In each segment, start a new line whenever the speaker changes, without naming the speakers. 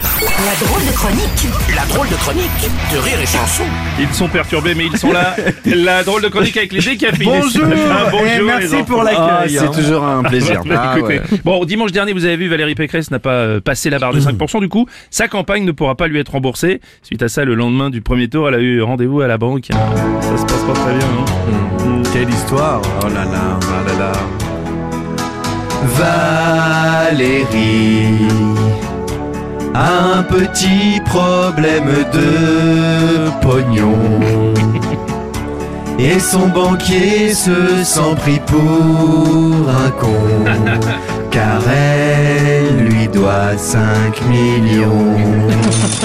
La drôle de chronique
La drôle de chronique de Rire et Chanson.
Ils sont perturbés, mais ils sont là. La drôle de chronique avec les décaféinés.
Bonjour,
Ah, bonjour,
et
les
merci
enfants.
pour Ah l'accueil. hein.
c'est toujours un plaisir.
Bah,
Ah
écoutez. Bon, dimanche dernier, vous avez vu, Valérie Pécresse n'a pas euh, passé la barre
Mm.
des 5%. Du coup, sa campagne ne pourra pas lui être remboursée. Suite à ça, le lendemain du premier tour, elle a eu rendez-vous à la banque. Ça se passe pas très bien, hein. non
Quelle histoire Oh là là, oh là là.
Valérie, un petit problème de pognon. Et son banquier se sent pris pour un con. Car elle lui doit 5 millions.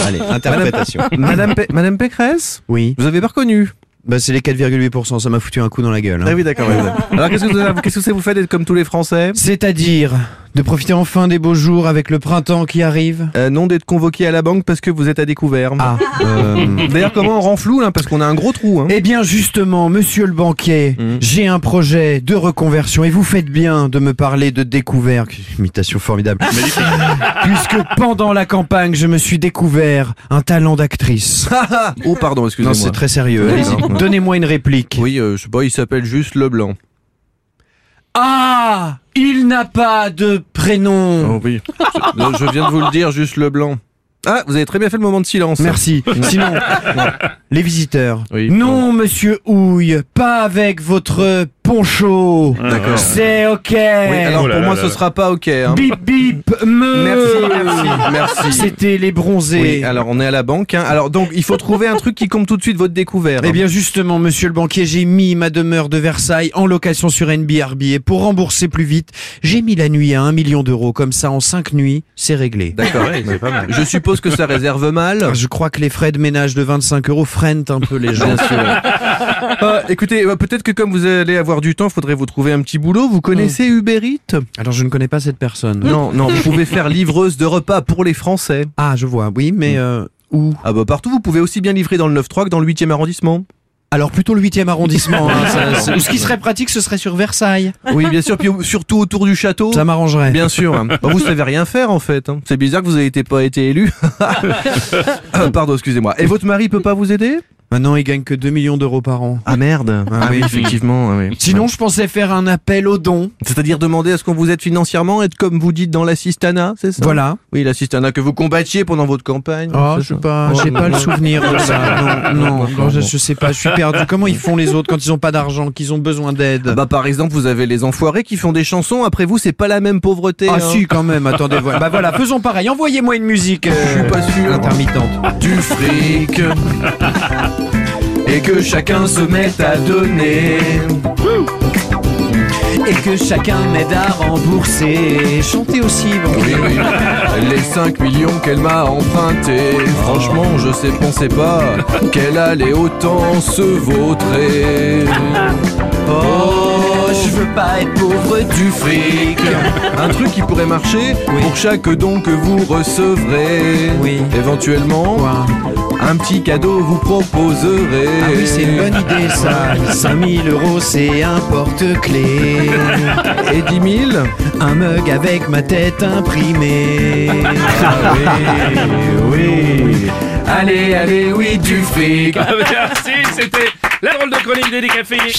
Allez, interprétation.
Madame, Pe- Madame Pécresse
Oui,
Vous avez pas reconnu
bah c'est les 4,8%, ça m'a foutu un coup dans la gueule. hein.
Ah oui, d'accord. ouais, ouais. Alors qu'est-ce que vous- qu'est-ce que c'est que vous faites d'être comme tous les Français
C'est-à-dire de profiter enfin des beaux jours avec le printemps qui arrive
Euh, Non, d'être convoqué à la banque parce que vous êtes à découvert.
Ah, euh,
D'ailleurs, comment on renfloue là Parce qu'on a un gros trou. Hein.
Eh bien justement, monsieur le banquier, j'ai un projet de reconversion et vous faites bien de me parler de découvert. Imitation formidable. Puisque pendant la campagne, je me suis découvert un talent d'actrice.
Oh, pardon,
non,
excusez-moi.
c'est très sérieux. Ah, Allez-y.
Non.
Donnez-moi une réplique.
Oui, euh, je sais pas, il s'appelle juste Leblanc.
Ah, il n'a pas de prénom.
Oh oui. Je, euh, je viens de vous le dire, juste Leblanc. Ah, vous avez très bien fait le moment de silence.
Merci. Sinon, les visiteurs.
Oui.
non, monsieur Houille, pas avec votre poncho.
Ah, D'accord.
C'est ok.
Oui, alors
Oh là
pour
là
moi,
là
ce
là.
sera pas OK. hein.
Bip bip, me.
Merci, merci, merci.
C'était les bronzés.
Oui, alors on est à la banque. hein. Alors donc il faut trouver un truc qui compte tout de suite votre découvert. hein.
Eh bien justement, monsieur le banquier, j'ai mis ma demeure de Versailles en location sur NBRB et pour rembourser plus vite, j'ai mis la nuit à un million d'euros. Comme ça, en cinq nuits, c'est réglé.
D'accord. Je suppose que ça réserve mal.
Alors, Je crois que les frais de ménage de 25 euros freinent un peu les gens.
Euh, écoutez, euh, peut-être que comme vous allez avoir du temps, faudrait vous trouver un petit boulot. Vous connaissez Uber Eats
Alors je ne connais pas cette personne.
Non, non, vous pouvez faire livreuse de repas pour les Français.
Ah, je vois, oui, mais euh, où
Ah bah partout, vous pouvez aussi bien livrer dans le 9-3 que dans le 8e arrondissement.
Alors plutôt le 8e arrondissement. hein, ça- c'est- ou ce qui serait pratique, ce serait sur Versailles.
Oui, bien sûr, puis au- surtout autour du château.
Ça m'arrangerait.
Bien sûr. hein. Bah, vous savez rien faire en fait. hein. C'est bizarre que vous n'ayez été- pas été élu. Euh, Pardon, excusez-moi. Et votre mari peut pas vous aider
Maintenant, il gagne que 2 millions d'euros par an.
Ah merde. Ah, oui, effectivement. ah oui.
Sinon, je pensais faire un appel aux dons.
C'est-à-dire demander à ce qu'on vous aide financièrement, être comme vous dites dans l'assistana, c'est ça
Voilà.
Oui, l'assistana que vous combattiez pendant votre campagne.
Oh,
c'est
je sais
ça.
pas,
Oh,
j'ai
non,
pas le
non.
souvenir de ça. Non, non,
D'accord,
non, je,
bon.
je sais pas, je suis perdu. Comment ils font les autres quand ils ont pas d'argent, qu'ils ont besoin
Ah
d'aide
Bah par exemple, vous avez les enfoirés qui font des chansons, après vous, c'est pas la même pauvreté.
Ah
hein.
si, quand même. Attendez, voilà. Bah voilà, faisons pareil. Envoyez-moi une musique euh,
Je suis pas sûr.
intermittente.
du fric et que chacun se mette à donner.
Et que chacun m'aide à rembourser. Chantez aussi. Bon.
Oui, oui. Les 5 millions qu'elle m'a empruntés. Franchement, je sais, pensais pas qu'elle allait autant se vautrer. Oh, je
veux pas être pauvre.
du fric. Un truc qui pourrait marcher pour chaque don que vous recevrez.
Oui.
Éventuellement, un petit cadeau vous proposerez.
Ah oui, c'est une bonne idée ça. 5000 euros, c'est un porte-clé.
Et 10 000
Un mug avec ma tête imprimée.
Ah oui, oui. Allez, allez, oui, du fric.
Ah, Merci, c'était la drôle de chronique des décaféinés.